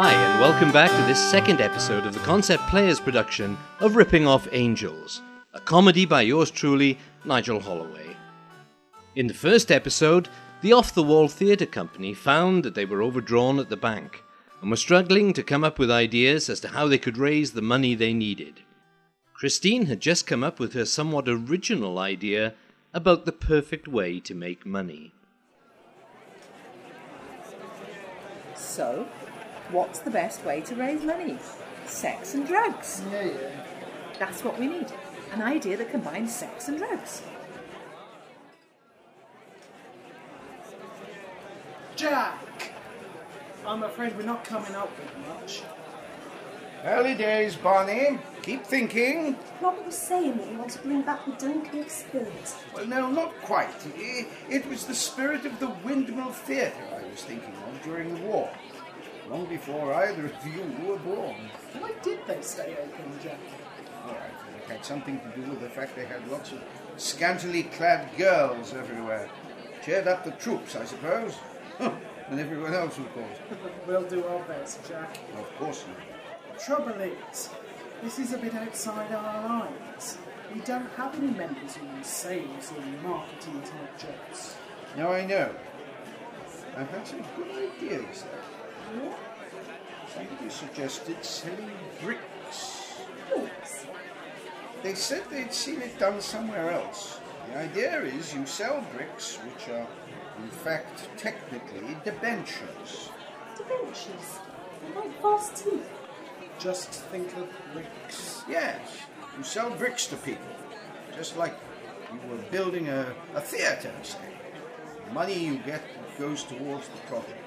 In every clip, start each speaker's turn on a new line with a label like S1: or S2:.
S1: welcome back to this second episode of the Concept Players production of Ripping Off Angels, a comedy by yours truly, Nigel Holloway. In the first episode, the off the wall theatre company found that they were overdrawn at the bank and were struggling to come up with ideas as to how they could raise the money they needed. Christine had just come up with her somewhat original idea about the perfect way to make money.
S2: So, what's the best way to raise money? Sex and drugs.
S3: Yeah, yeah.
S2: That's what we need. An idea that combines sex and drugs.
S3: Jack! I'm afraid we're not coming up with much.
S4: Early days, Barney. Keep thinking.
S5: Robert was saying that he wanted to bring back the Dunkirk spirit.
S4: Well, no, not quite. I- It was the spirit of the Windmill Theatre I was thinking of during the war, long before either of you were born.
S3: Why did they stay open, Jack?
S4: Well, I think it had something to do with the fact they had lots of scantily clad girls everywhere. Cheered up the troops, I suppose. and everyone else, of course.
S3: We'll do our best, Jack.
S4: Of course not.
S3: Trouble is, this is a bit outside our lines. We don't have any members who use sales or marketing type jobs.
S4: Now I know. I've had some good ideas there. Somebody suggested selling bricks.
S5: Books.
S4: They said they'd seen it done somewhere else. The idea is you sell bricks, which are, in fact, technically debentures.
S5: Debentures. They're Like false teeth.
S3: Just think of bricks.
S4: Yes, you sell bricks to people, just like you were building a, a theatre, say. The money you get goes towards the project.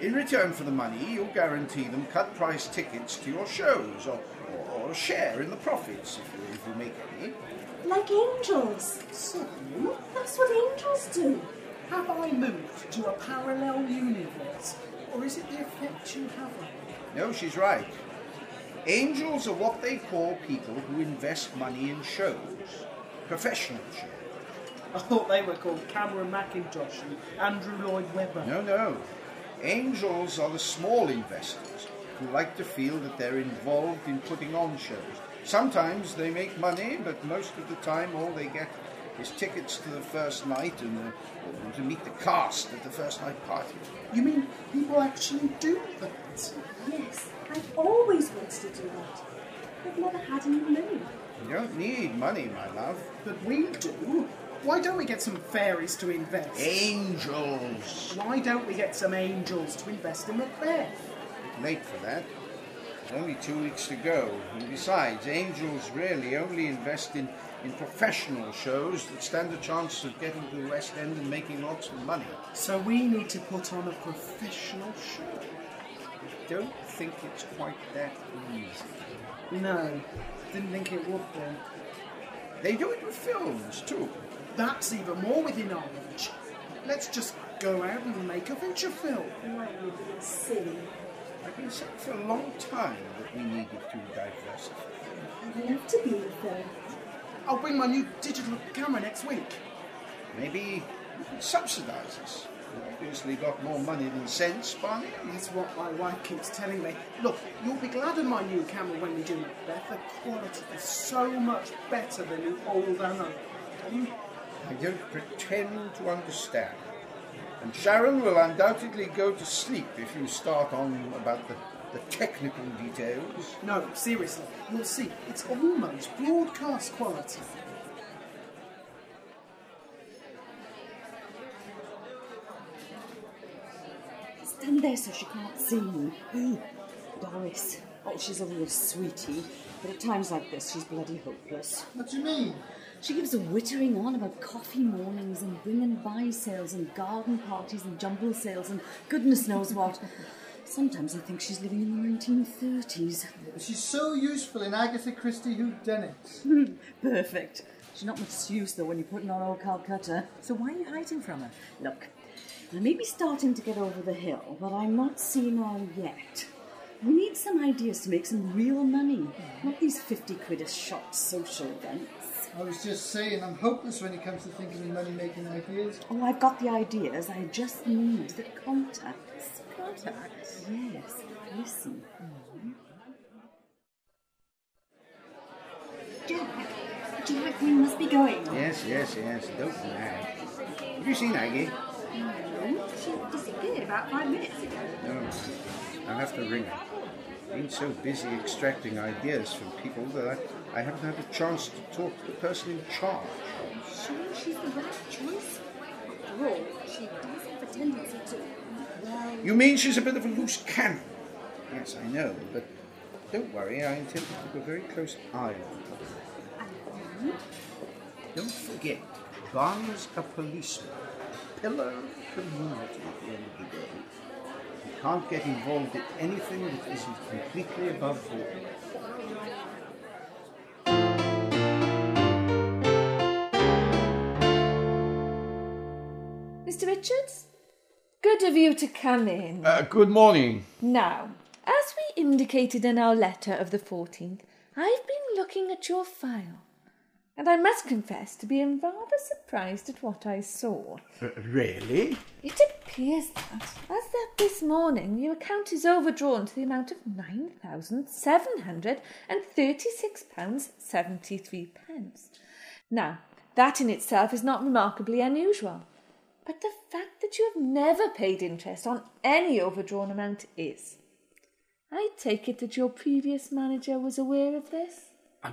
S4: In return for the money, you guarantee them cut price tickets to your shows or, or a share in the profits if you, if you make any.
S5: Like angels. So, that's what angels do.
S3: Have I moved to a parallel universe? Or is it the effect you have on me?
S4: No, she's right. Angels are what they call people who invest money in shows, professional shows.
S3: I thought Oh, they were called Cameron McIntosh and Andrew Lloyd Webber.
S4: No, no. Angels are the small investors who like to feel that they're involved in putting on shows. Sometimes they make money, but most of the time all they get is tickets to the first night and uh, or to meet the cast at the first night party.
S3: You mean people actually do that?
S5: Yes, I've always wanted to do that. I've never had any money.
S4: You don't need money, my love.
S3: But we do. Why don't we get some fairies to invest?
S4: Angels!
S3: Why don't we get some angels to invest in Macbeth?
S4: Late for that. There's only two weeks to go. And besides, angels really only invest in, in professional shows that stand a chance of getting to the West End and making lots of money.
S3: So we need to put on a professional show.
S4: I don't think it's quite that easy.
S3: No, didn't think it would be.
S4: They do it with films, too.
S3: That's even more within our reach. Let's just go out and make a feature film.
S5: Why would be silly?
S4: I've been saying for a long time that we needed to diversify.
S5: I'd love to be in a film.
S3: I'll bring my new digital camera next week.
S4: Maybe you can subsidize us. You've obviously got more money than sense, Barney.
S3: That's what my wife keeps telling me. Look, you'll be glad of my new camera when we do Macbeth. The quality is so much better than the old Hmm? analog.
S4: I don't pretend to understand. And Sharon will undoubtedly go to sleep if you start on about the, the technical details.
S3: No, seriously, you'll see, it's almost broadcast quality.
S5: Stand there so she can't see me. Ooh, Doris. Oh, she's a real sweetie. But at times like this, she's bloody hopeless.
S3: What do you mean?
S5: She gives a wittering on about coffee mornings and bring and buy sales and garden parties and jumble sales and goodness knows what. Sometimes I think she's living in the 1930s.
S6: She's so useful in Agatha Christie Who Whodunits.
S5: Perfect. She's not much use though when you're putting on old Calcutta.
S2: So, why are you hiding from her?
S5: Look, I may be starting to get over the hill, but I'm not seeing all yet. We need some ideas to make some real money, not these 50 quid a shot social events.
S6: I was just saying, I'm hopeless when it comes to thinking of money making ideas.
S5: Oh, I've got the ideas. I just need the contacts.
S2: Contacts.
S5: Yes, I listen.
S7: Jack, Jack, we must be going.
S4: Yes, yes, yes. Don't do that. Have you seen Aggie?
S7: No, she disappeared about five minutes ago.
S4: No. I'll have to ring her. Been so busy extracting ideas from people that I, I haven't had a chance to talk to the person in charge.
S7: Sure, she's the right choice. After all, she does have a tendency to. Well,
S4: You mean she's a bit of a loose cannon? Yes, I know, but don't worry. I intend to keep a very close eye on her. Don't forget, Barney's a policeman, pillar of the community at the end of the day. He can't get involved in anything that isn't completely above board.
S8: Mr. Richards, good of you to come in.
S9: Uh, good morning.
S8: Now, as we indicated in our letter of the 14th, I've been looking at your file, and I must confess to being rather surprised at what I saw.
S9: Uh, really?
S8: It appears that, as that this morning, your account is overdrawn to the amount of £9,736.73. Now, that in itself is not remarkably unusual, but the fact that you have never paid interest on any overdrawn amount is. I take it that your previous manager was aware of this?
S9: I,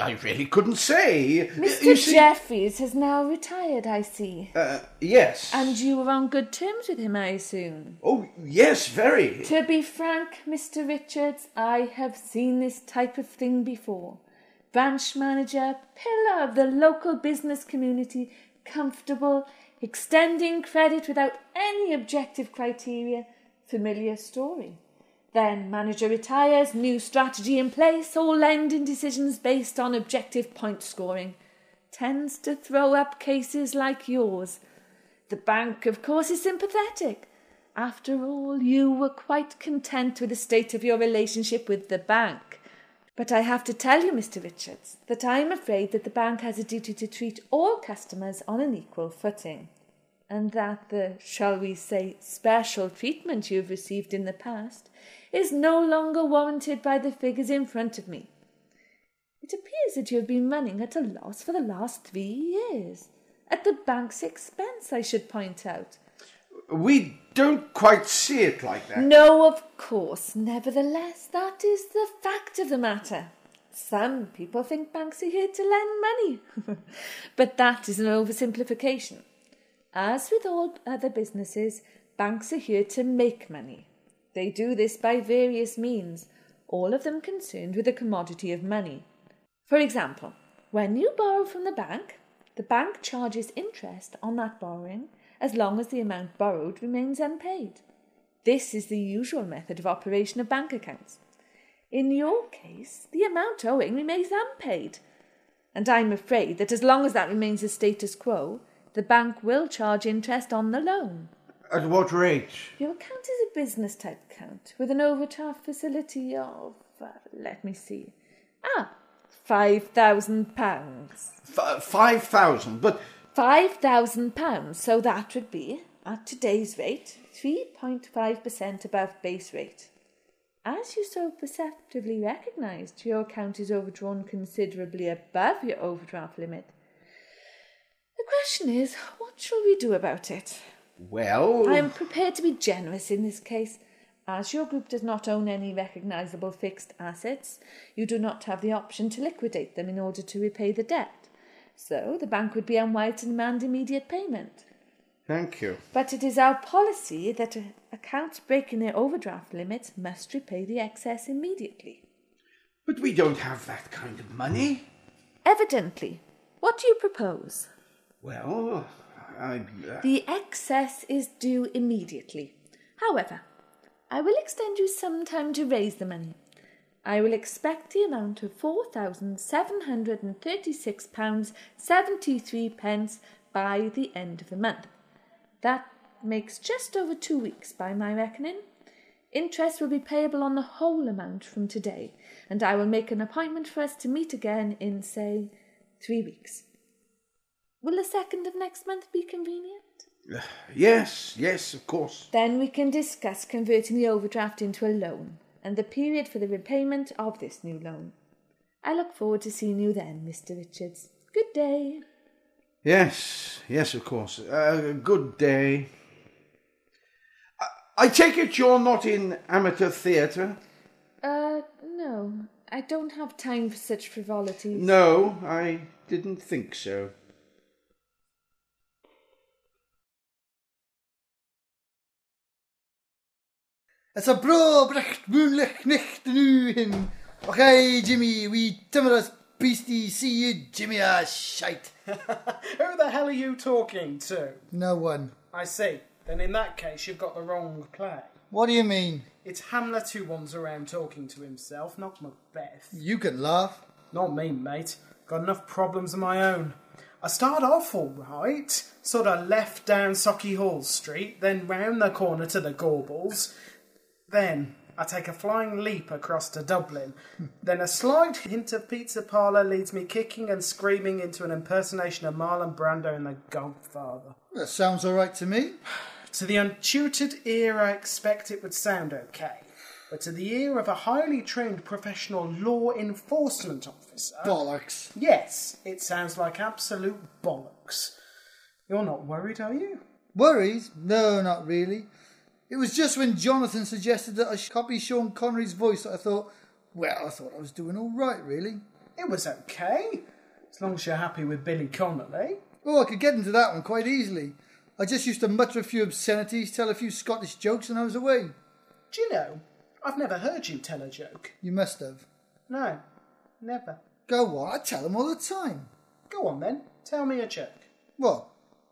S9: I really couldn't say. You
S8: Mr.
S9: see-
S8: Jeffries has now retired, I see.
S9: Uh, yes.
S8: And you were on good terms with him, I assume.
S9: Oh, yes, very.
S8: To be frank, Mr. Richards, I have seen this type of thing before. Branch manager, pillar of the local business community, comfortable, extending credit without any objective criteria, familiar story. Then manager retires, new strategy in place, all lending decisions based on objective point scoring. Tends to throw up cases like yours. The bank, of course, is sympathetic. After all, you were quite content with the state of your relationship with the bank. But I have to tell you, Mr. Richards, that I am afraid that the bank has a duty to treat all customers on an equal footing, and that the, shall we say, special treatment you have received in the past is no longer warranted by the figures in front of me. It appears that you have been running at a loss for the last three years, at the bank's expense, I should point out.
S9: We don't quite see it like that.
S8: No, of course. Nevertheless, that is the fact of the matter. Some people think banks are here to lend money, but that is an oversimplification. As with all other businesses, banks are here to make money. They do this by various means, all of them concerned with the commodity of money. For example, when you borrow from the bank, the bank charges interest on that borrowing as long as the amount borrowed remains unpaid. This is the usual method of operation of bank accounts. In your case, the amount owing remains unpaid. And I'm afraid that as long as that remains the status quo, the bank will charge interest on the loan.
S9: At what rate?
S8: Your account is a business type account with an overdraft facility of, uh, let me see, ah, £5,000.
S9: F- Five thousand. But
S8: £5,000, so that would be, at today's rate, 3.5% above base rate. As you so perceptively recognised, your account is overdrawn considerably above your overdraft limit. The question is, what shall we do about it?
S9: well,
S8: I am prepared to be generous in this case. As your group does not own any recognisable fixed assets, you do not have the option to liquidate them in order to repay the debt. So the bank would be unwise to demand immediate payment.
S9: thank you.
S8: But it is our policy that uh, accounts breaking their overdraft limit must repay the excess immediately.
S9: But we don't have that kind of money.
S8: Evidently, what do you propose?
S9: Well, I. Uh,
S8: The excess is due immediately. However, I will extend you some time to raise the money. I will expect the amount of four thousand seven hundred and thirty-six pounds seventy-three pence by the end of the month. That makes just over two weeks by my reckoning. Interest will be payable on the whole amount from today, and I will make an appointment for us to meet again in, say, three weeks. Will the second of next month be convenient?
S9: Yes, yes, of course.
S8: Then we can discuss converting the overdraft into a loan and the period for the repayment of this new loan. I look forward to seeing you then, Mr. Richards. Good day.
S9: Yes, yes, of course. Uh, good day. I, I take it you're not in amateur theatre?
S8: Uh, no, I don't have time for such frivolities.
S9: No, I didn't think so.
S6: It's a bra brecht moonlich nicht nu him. Okay, Jimmy, we timorous beastie, see you, Jimmy, ah, shite.
S3: Who the hell are you talking to?
S6: No one.
S3: I see. Then in that case, you've got the wrong play.
S6: What do you mean?
S3: It's Hamlet who wanders around talking to himself, not Macbeth.
S6: You can laugh.
S3: Not me, mate. Got enough problems of my own. I start off all right, sort of left down Socky Hall Street, then round the corner to the Gorbals. Then I take a flying leap across to Dublin. then a slight hint of pizza parlour leads me kicking and screaming into an impersonation of Marlon Brando in The Godfather.
S6: That sounds all right to me.
S3: To the untutored ear, I expect it would sound okay. But to the ear of a highly trained professional law enforcement officer,
S6: Bollocks.
S3: yes, it sounds like absolute bollocks. You're not worried, are you?
S6: Worries? No, not really. It was just when Jonathan suggested that I should copy Sean Connery's voice that I thought, well, I thought I was doing all right, really.
S3: It was okay, as long as you're happy with Billy Connolly.
S6: Oh, I could get into that one quite easily. I just used to mutter a few obscenities, tell a few Scottish jokes, and I was away.
S3: Do you know, I've never heard you tell a joke.
S6: You must have.
S3: No, never.
S6: Go on, I tell them all the time.
S3: Go on then, tell me a joke.
S6: What?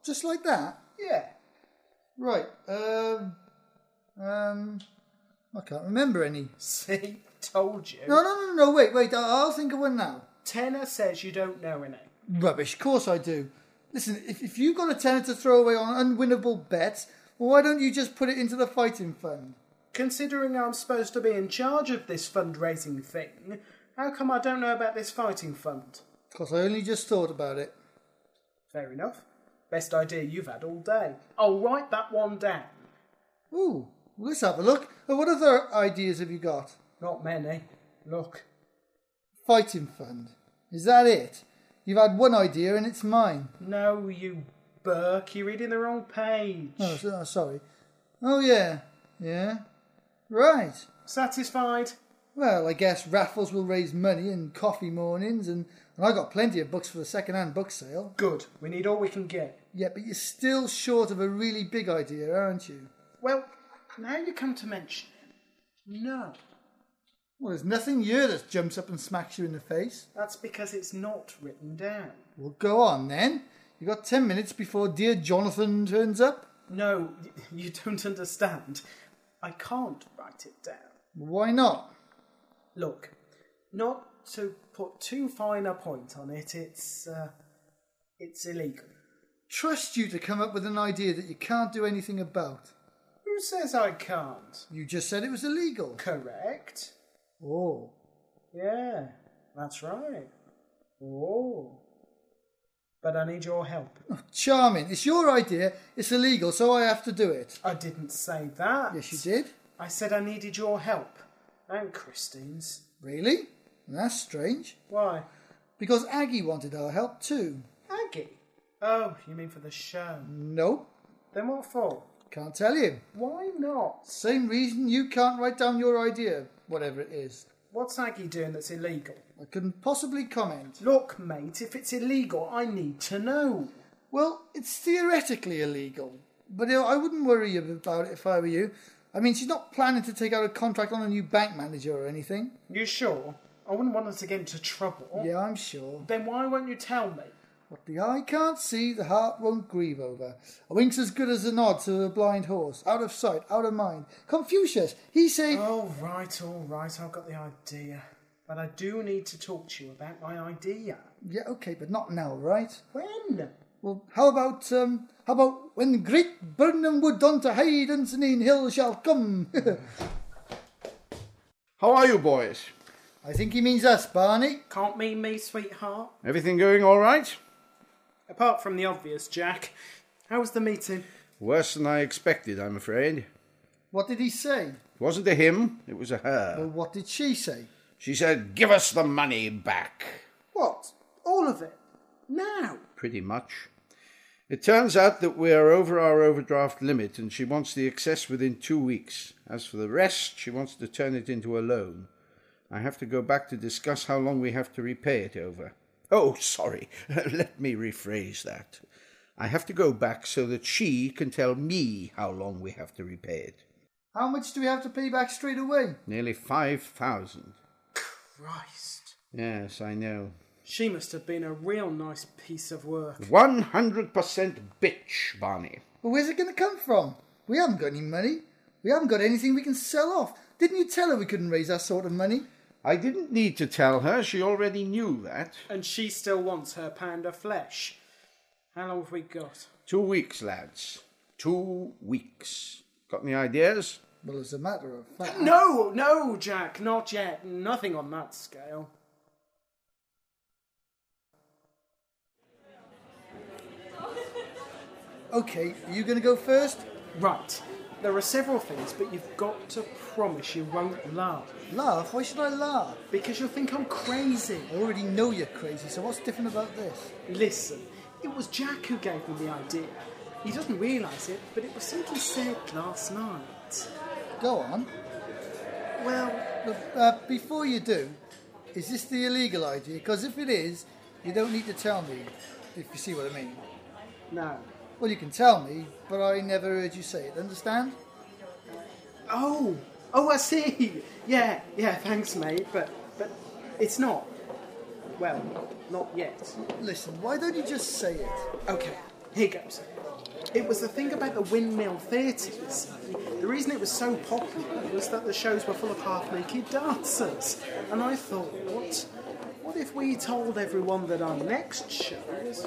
S6: Just like that?
S3: Yeah.
S6: Right, um. Um. I can't remember any.
S3: See, told you.
S6: No, no, no, no, wait, wait, I- I'll think of one now.
S3: Tenor says you don't know any.
S6: Rubbish, of course I do. Listen, if, if you've got a tenner to throw away on unwinnable bets, why don't you just put it into the fighting fund?
S3: Considering I'm supposed to be in charge of this fundraising thing, how come I don't know about this fighting fund?
S6: Because I only just thought about it.
S3: Fair enough. Best idea you've had all day. I'll write that one down.
S6: Ooh, let's have a look. Uh, What other ideas have you got?
S3: Not many. Look,
S6: Fighting fund. Is that it? You've had one idea and it's mine.
S3: no, you Burke, you're reading the wrong page.
S6: Oh, so- oh, sorry. Oh, yeah. Yeah. Right.
S3: Satisfied?
S6: Well, I guess raffles will raise money and coffee mornings, and, and I got plenty of books for the second hand book sale.
S3: Good. We need all we can get.
S6: Yeah, but you're still short of a really big idea, aren't you?
S3: Well, now you come to mention it. No.
S6: Well, there's nothing here that jumps up and smacks you in the face.
S3: That's because it's not written down.
S6: Well, go on then. You've got ten minutes before dear Jonathan turns up.
S3: No, y- you don't understand. I can't write it down.
S6: Why not?
S3: Look, not to put too fine a point on it, it's uh, it's illegal.
S6: Trust you to come up with an idea that you can't do anything about.
S3: Who says I can't?
S6: You just said it was illegal.
S3: Correct.
S6: Oh.
S3: Yeah, that's right. Oh. But I need your help.
S6: Oh, Charming. It's your idea. It's illegal, so I have to do it.
S3: I didn't say that.
S6: Yes, you did.
S3: I said I needed your help. And Christine's.
S6: Really? That's strange.
S3: Why?
S6: Because Aggie wanted our help too.
S3: Aggie. Oh, you mean for the show?
S6: Nope.
S3: Then what for?
S6: Can't tell you.
S3: Why not?
S6: Same reason you can't write down your idea, whatever it is.
S3: What's Aggie doing that's illegal?
S6: I couldn't possibly comment.
S3: Look, mate, if it's illegal, I need to know.
S6: Well, it's theoretically illegal, but I wouldn't worry about it if I were you. I mean, she's not planning to take out a contract on a new bank manager or anything.
S3: You sure? I wouldn't want her to get into trouble.
S6: Yeah, I'm sure.
S3: Then why won't you tell me?
S6: What the eye can't see, the heart won't grieve over. A wink's as good as a nod to a blind horse. Out of sight, out of mind. Confucius, he say.
S3: All Oh, right, all right, I've got the idea. But I do need to talk to you about my idea.
S6: Yeah, okay, but not now, right?
S3: When?
S6: Well, how about um, how about when great Burnham wood unto Hyde and Sanine Hill shall come?
S9: How are you, boys?
S6: I think he means us, Barney.
S3: Can't mean me, sweetheart.
S9: Everything going all right?
S3: Apart from the obvious, Jack. How was the meeting?
S4: Worse than I expected, I'm afraid.
S6: What did he say?
S4: It wasn't a him, it was a her.
S6: Well, what did she say?
S4: She said, Give us the money back.
S3: What? All of it? Now?
S4: Pretty much. It turns out that we are over our overdraft limit and she wants the excess within two weeks. As for the rest, she wants to turn it into a loan. I have to go back to discuss how long we have to repay it over. Oh, sorry, let me rephrase that. I have to go back so that she can tell me how long we have to repay it.
S6: How much do we have to pay back straight away?
S4: Nearly 5,000.
S3: Christ.
S4: Yes, I know.
S3: She must have been a real nice piece of work.
S4: 100% bitch, Barney.
S6: But where's it going to come from? We haven't got any money. We haven't got anything we can sell off. Didn't you tell her we couldn't raise that sort of money?
S4: I didn't need to tell her, she already knew that.
S3: And she still wants her panda flesh. How long have we got?
S4: Two weeks, lads. Two weeks. Got any ideas?
S6: Well, as a matter of fact.
S3: No, no, Jack, not yet. Nothing on that scale.
S6: Okay, are you going to go first?
S3: Right. There are several things, but you've got to promise you won't laugh.
S6: Laugh? Why should I laugh?
S3: Because you'll think I'm crazy.
S6: I already know you're crazy, so what's different about this?
S3: Listen, it was Jack who gave me the idea. He doesn't realise it, but it was something said last night.
S6: Go on.
S3: Well,
S6: But, uh, before you do, is this the illegal idea? Because if it is, you don't need to tell me, if you see what I mean.
S3: no.
S6: Well, you can tell me, but I never heard you say it, understand?
S3: Oh, oh, I see. Yeah, yeah. Thanks, mate. But but it's not. Well, not yet.
S6: Listen, why don't you just say it?
S3: Okay, here goes. It was the thing about the windmill theatres. The reason it was so popular was that the shows were full of half-naked dancers, and I thought, what? What if we told everyone that our next show is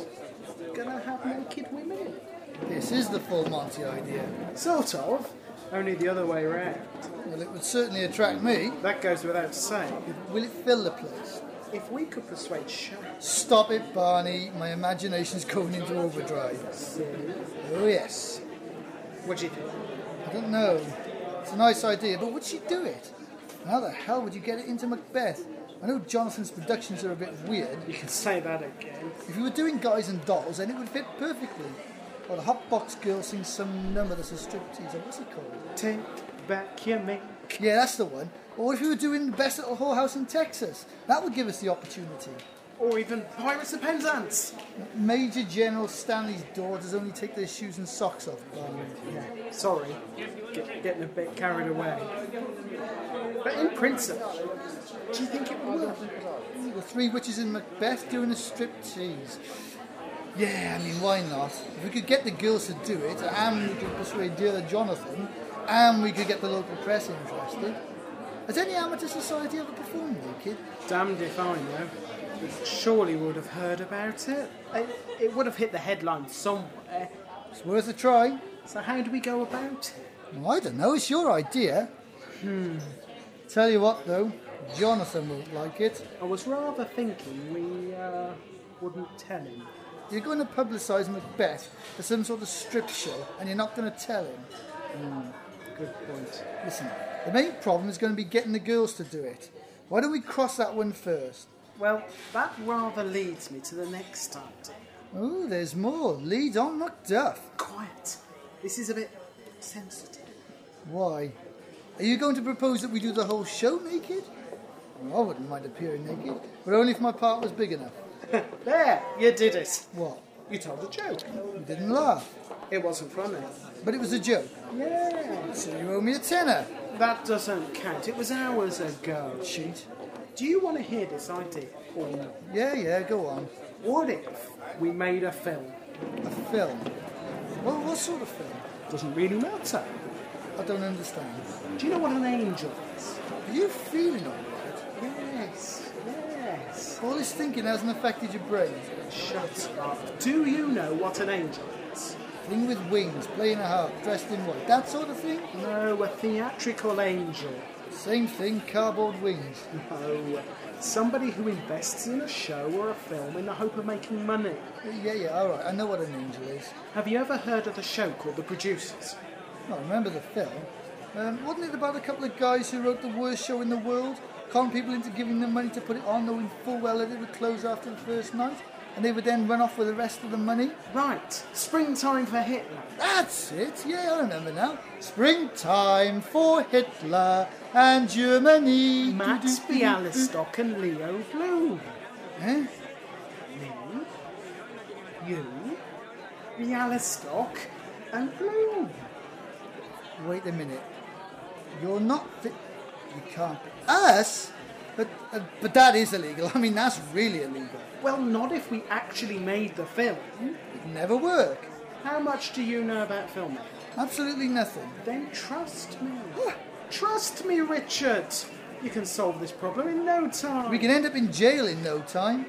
S3: gonna have naked women? in it?
S6: This is the full Monty idea.
S3: Sort of, only the other way round.
S6: Well, it would certainly attract me.
S3: That goes without saying.
S6: Will it fill the place?
S3: If we could persuade Sharon
S6: Stop it, Barney. My imagination's going into overdrive. Oh, yes.
S3: What do you think?
S6: I don't know. It's a nice idea, but would she do it? And How the hell would you get it into Macbeth? I know Jonathan's productions are a bit weird.
S3: You can say that again.
S6: If you were doing Guys and Dolls, then it would fit perfectly. Or the Hotbox Girl sings some number that's a striptease, or what's it called?
S3: Take back your mate.
S6: Yeah, that's the one. Or if you were doing The Best Little Whorehouse in Texas, that would give us the opportunity.
S3: Or even Pirates of Penzance.
S6: Major General Stanley's daughters only take their shoes and socks off. Barney.
S3: Yeah, sorry. Get, getting a bit carried away. But in principle, do you think it would work?
S6: The three witches in Macbeth doing a striptease. Yeah, I mean, why not? If we could get the girls to do it, and we could persuade dear Jonathan, and we could get the local press interested. Has any amateur society ever performed naked?
S3: Damned if I know. Surely would have heard about it. it. It would have hit the headline somewhere.
S6: It's worth a try.
S3: So how do we go about it?
S6: Well, I don't know, it's your idea. Hmm. Tell you what, though, Jonathan won't like it.
S3: I was rather thinking we uh, wouldn't tell him.
S6: You're going to publicise Macbeth as some sort of strip show, and you're not going to tell him.
S3: Good point.
S6: Listen, the main problem is going to be getting the girls to do it. Why don't we cross that one first?
S3: Well, that rather leads me to the next idea.
S6: Oh, there's more. Lead on Macduff.
S3: Quiet. This is a bit sensitive.
S6: Why? Are you going to propose that we do the whole show naked? Well, I wouldn't mind appearing naked, but only if my part was big enough.
S3: There, you did it.
S6: What?
S3: You told a joke.
S6: You didn't laugh,
S3: It wasn't funny.
S6: but it was a joke.
S3: Yeah.
S6: So you owe me a tenner.
S3: That doesn't count. It was hours ago.
S6: Cheat.
S3: Do you want to hear this idea or not?
S6: Yeah, yeah, go on.
S3: What if we made a film?
S6: A film. Well, what sort of film?
S3: Doesn't really matter.
S6: I don't understand.
S3: Do you know what an angel is?
S6: Are you feeling all right?
S3: Yes. Yes.
S6: All this thinking hasn't affected your brain.
S3: Shut up. Do you know what an angel is?
S6: Thing with wings, playing a harp, dressed in white, that sort of thing?
S3: No, a theatrical angel.
S6: Same thing, cardboard wings.
S3: No. Somebody who invests in a show or a film in the hope of making money.
S6: Yeah, yeah, alright, I know what an angel is.
S3: Have you ever heard of the show called The Producers?
S6: I remember the film. Um, wasn't it about a couple of guys who wrote the worst show in the world, conned people into giving them money to put it on, knowing full well that it would close after the first night, and they would then run off with the rest of the money?
S3: Right, Springtime for Hitler.
S6: That's it, yeah, I remember now. Springtime for Hitler and Germany.
S3: Max
S6: Do, do, do, do.
S3: Bialystock and Leo Blum.
S6: Eh?
S3: Me, you, Bialystock, and Blum.
S6: Wait a minute. You're not fit. You can't. Us? But, uh, but that is illegal. I mean, that's really illegal.
S3: Well, not if we actually made the film.
S6: It'd never work.
S3: How much do you know about filming?
S6: Absolutely nothing.
S3: Then trust me. trust me, Richard. You can solve this problem in no time.
S6: We can end up in jail in no time.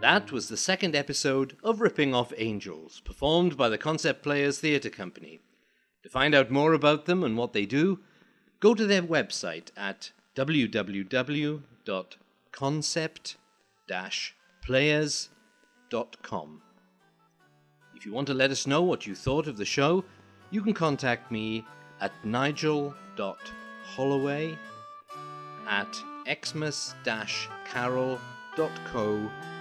S1: That was the second episode of Ripping Off Angels, performed by the Concept Players Theatre Company. To find out more about them and what they do, go to their website at www.concept-players.com. If you want to let us know what you thought of the show, you can contact me at nigel.holloway at xmas-carol.co.uk.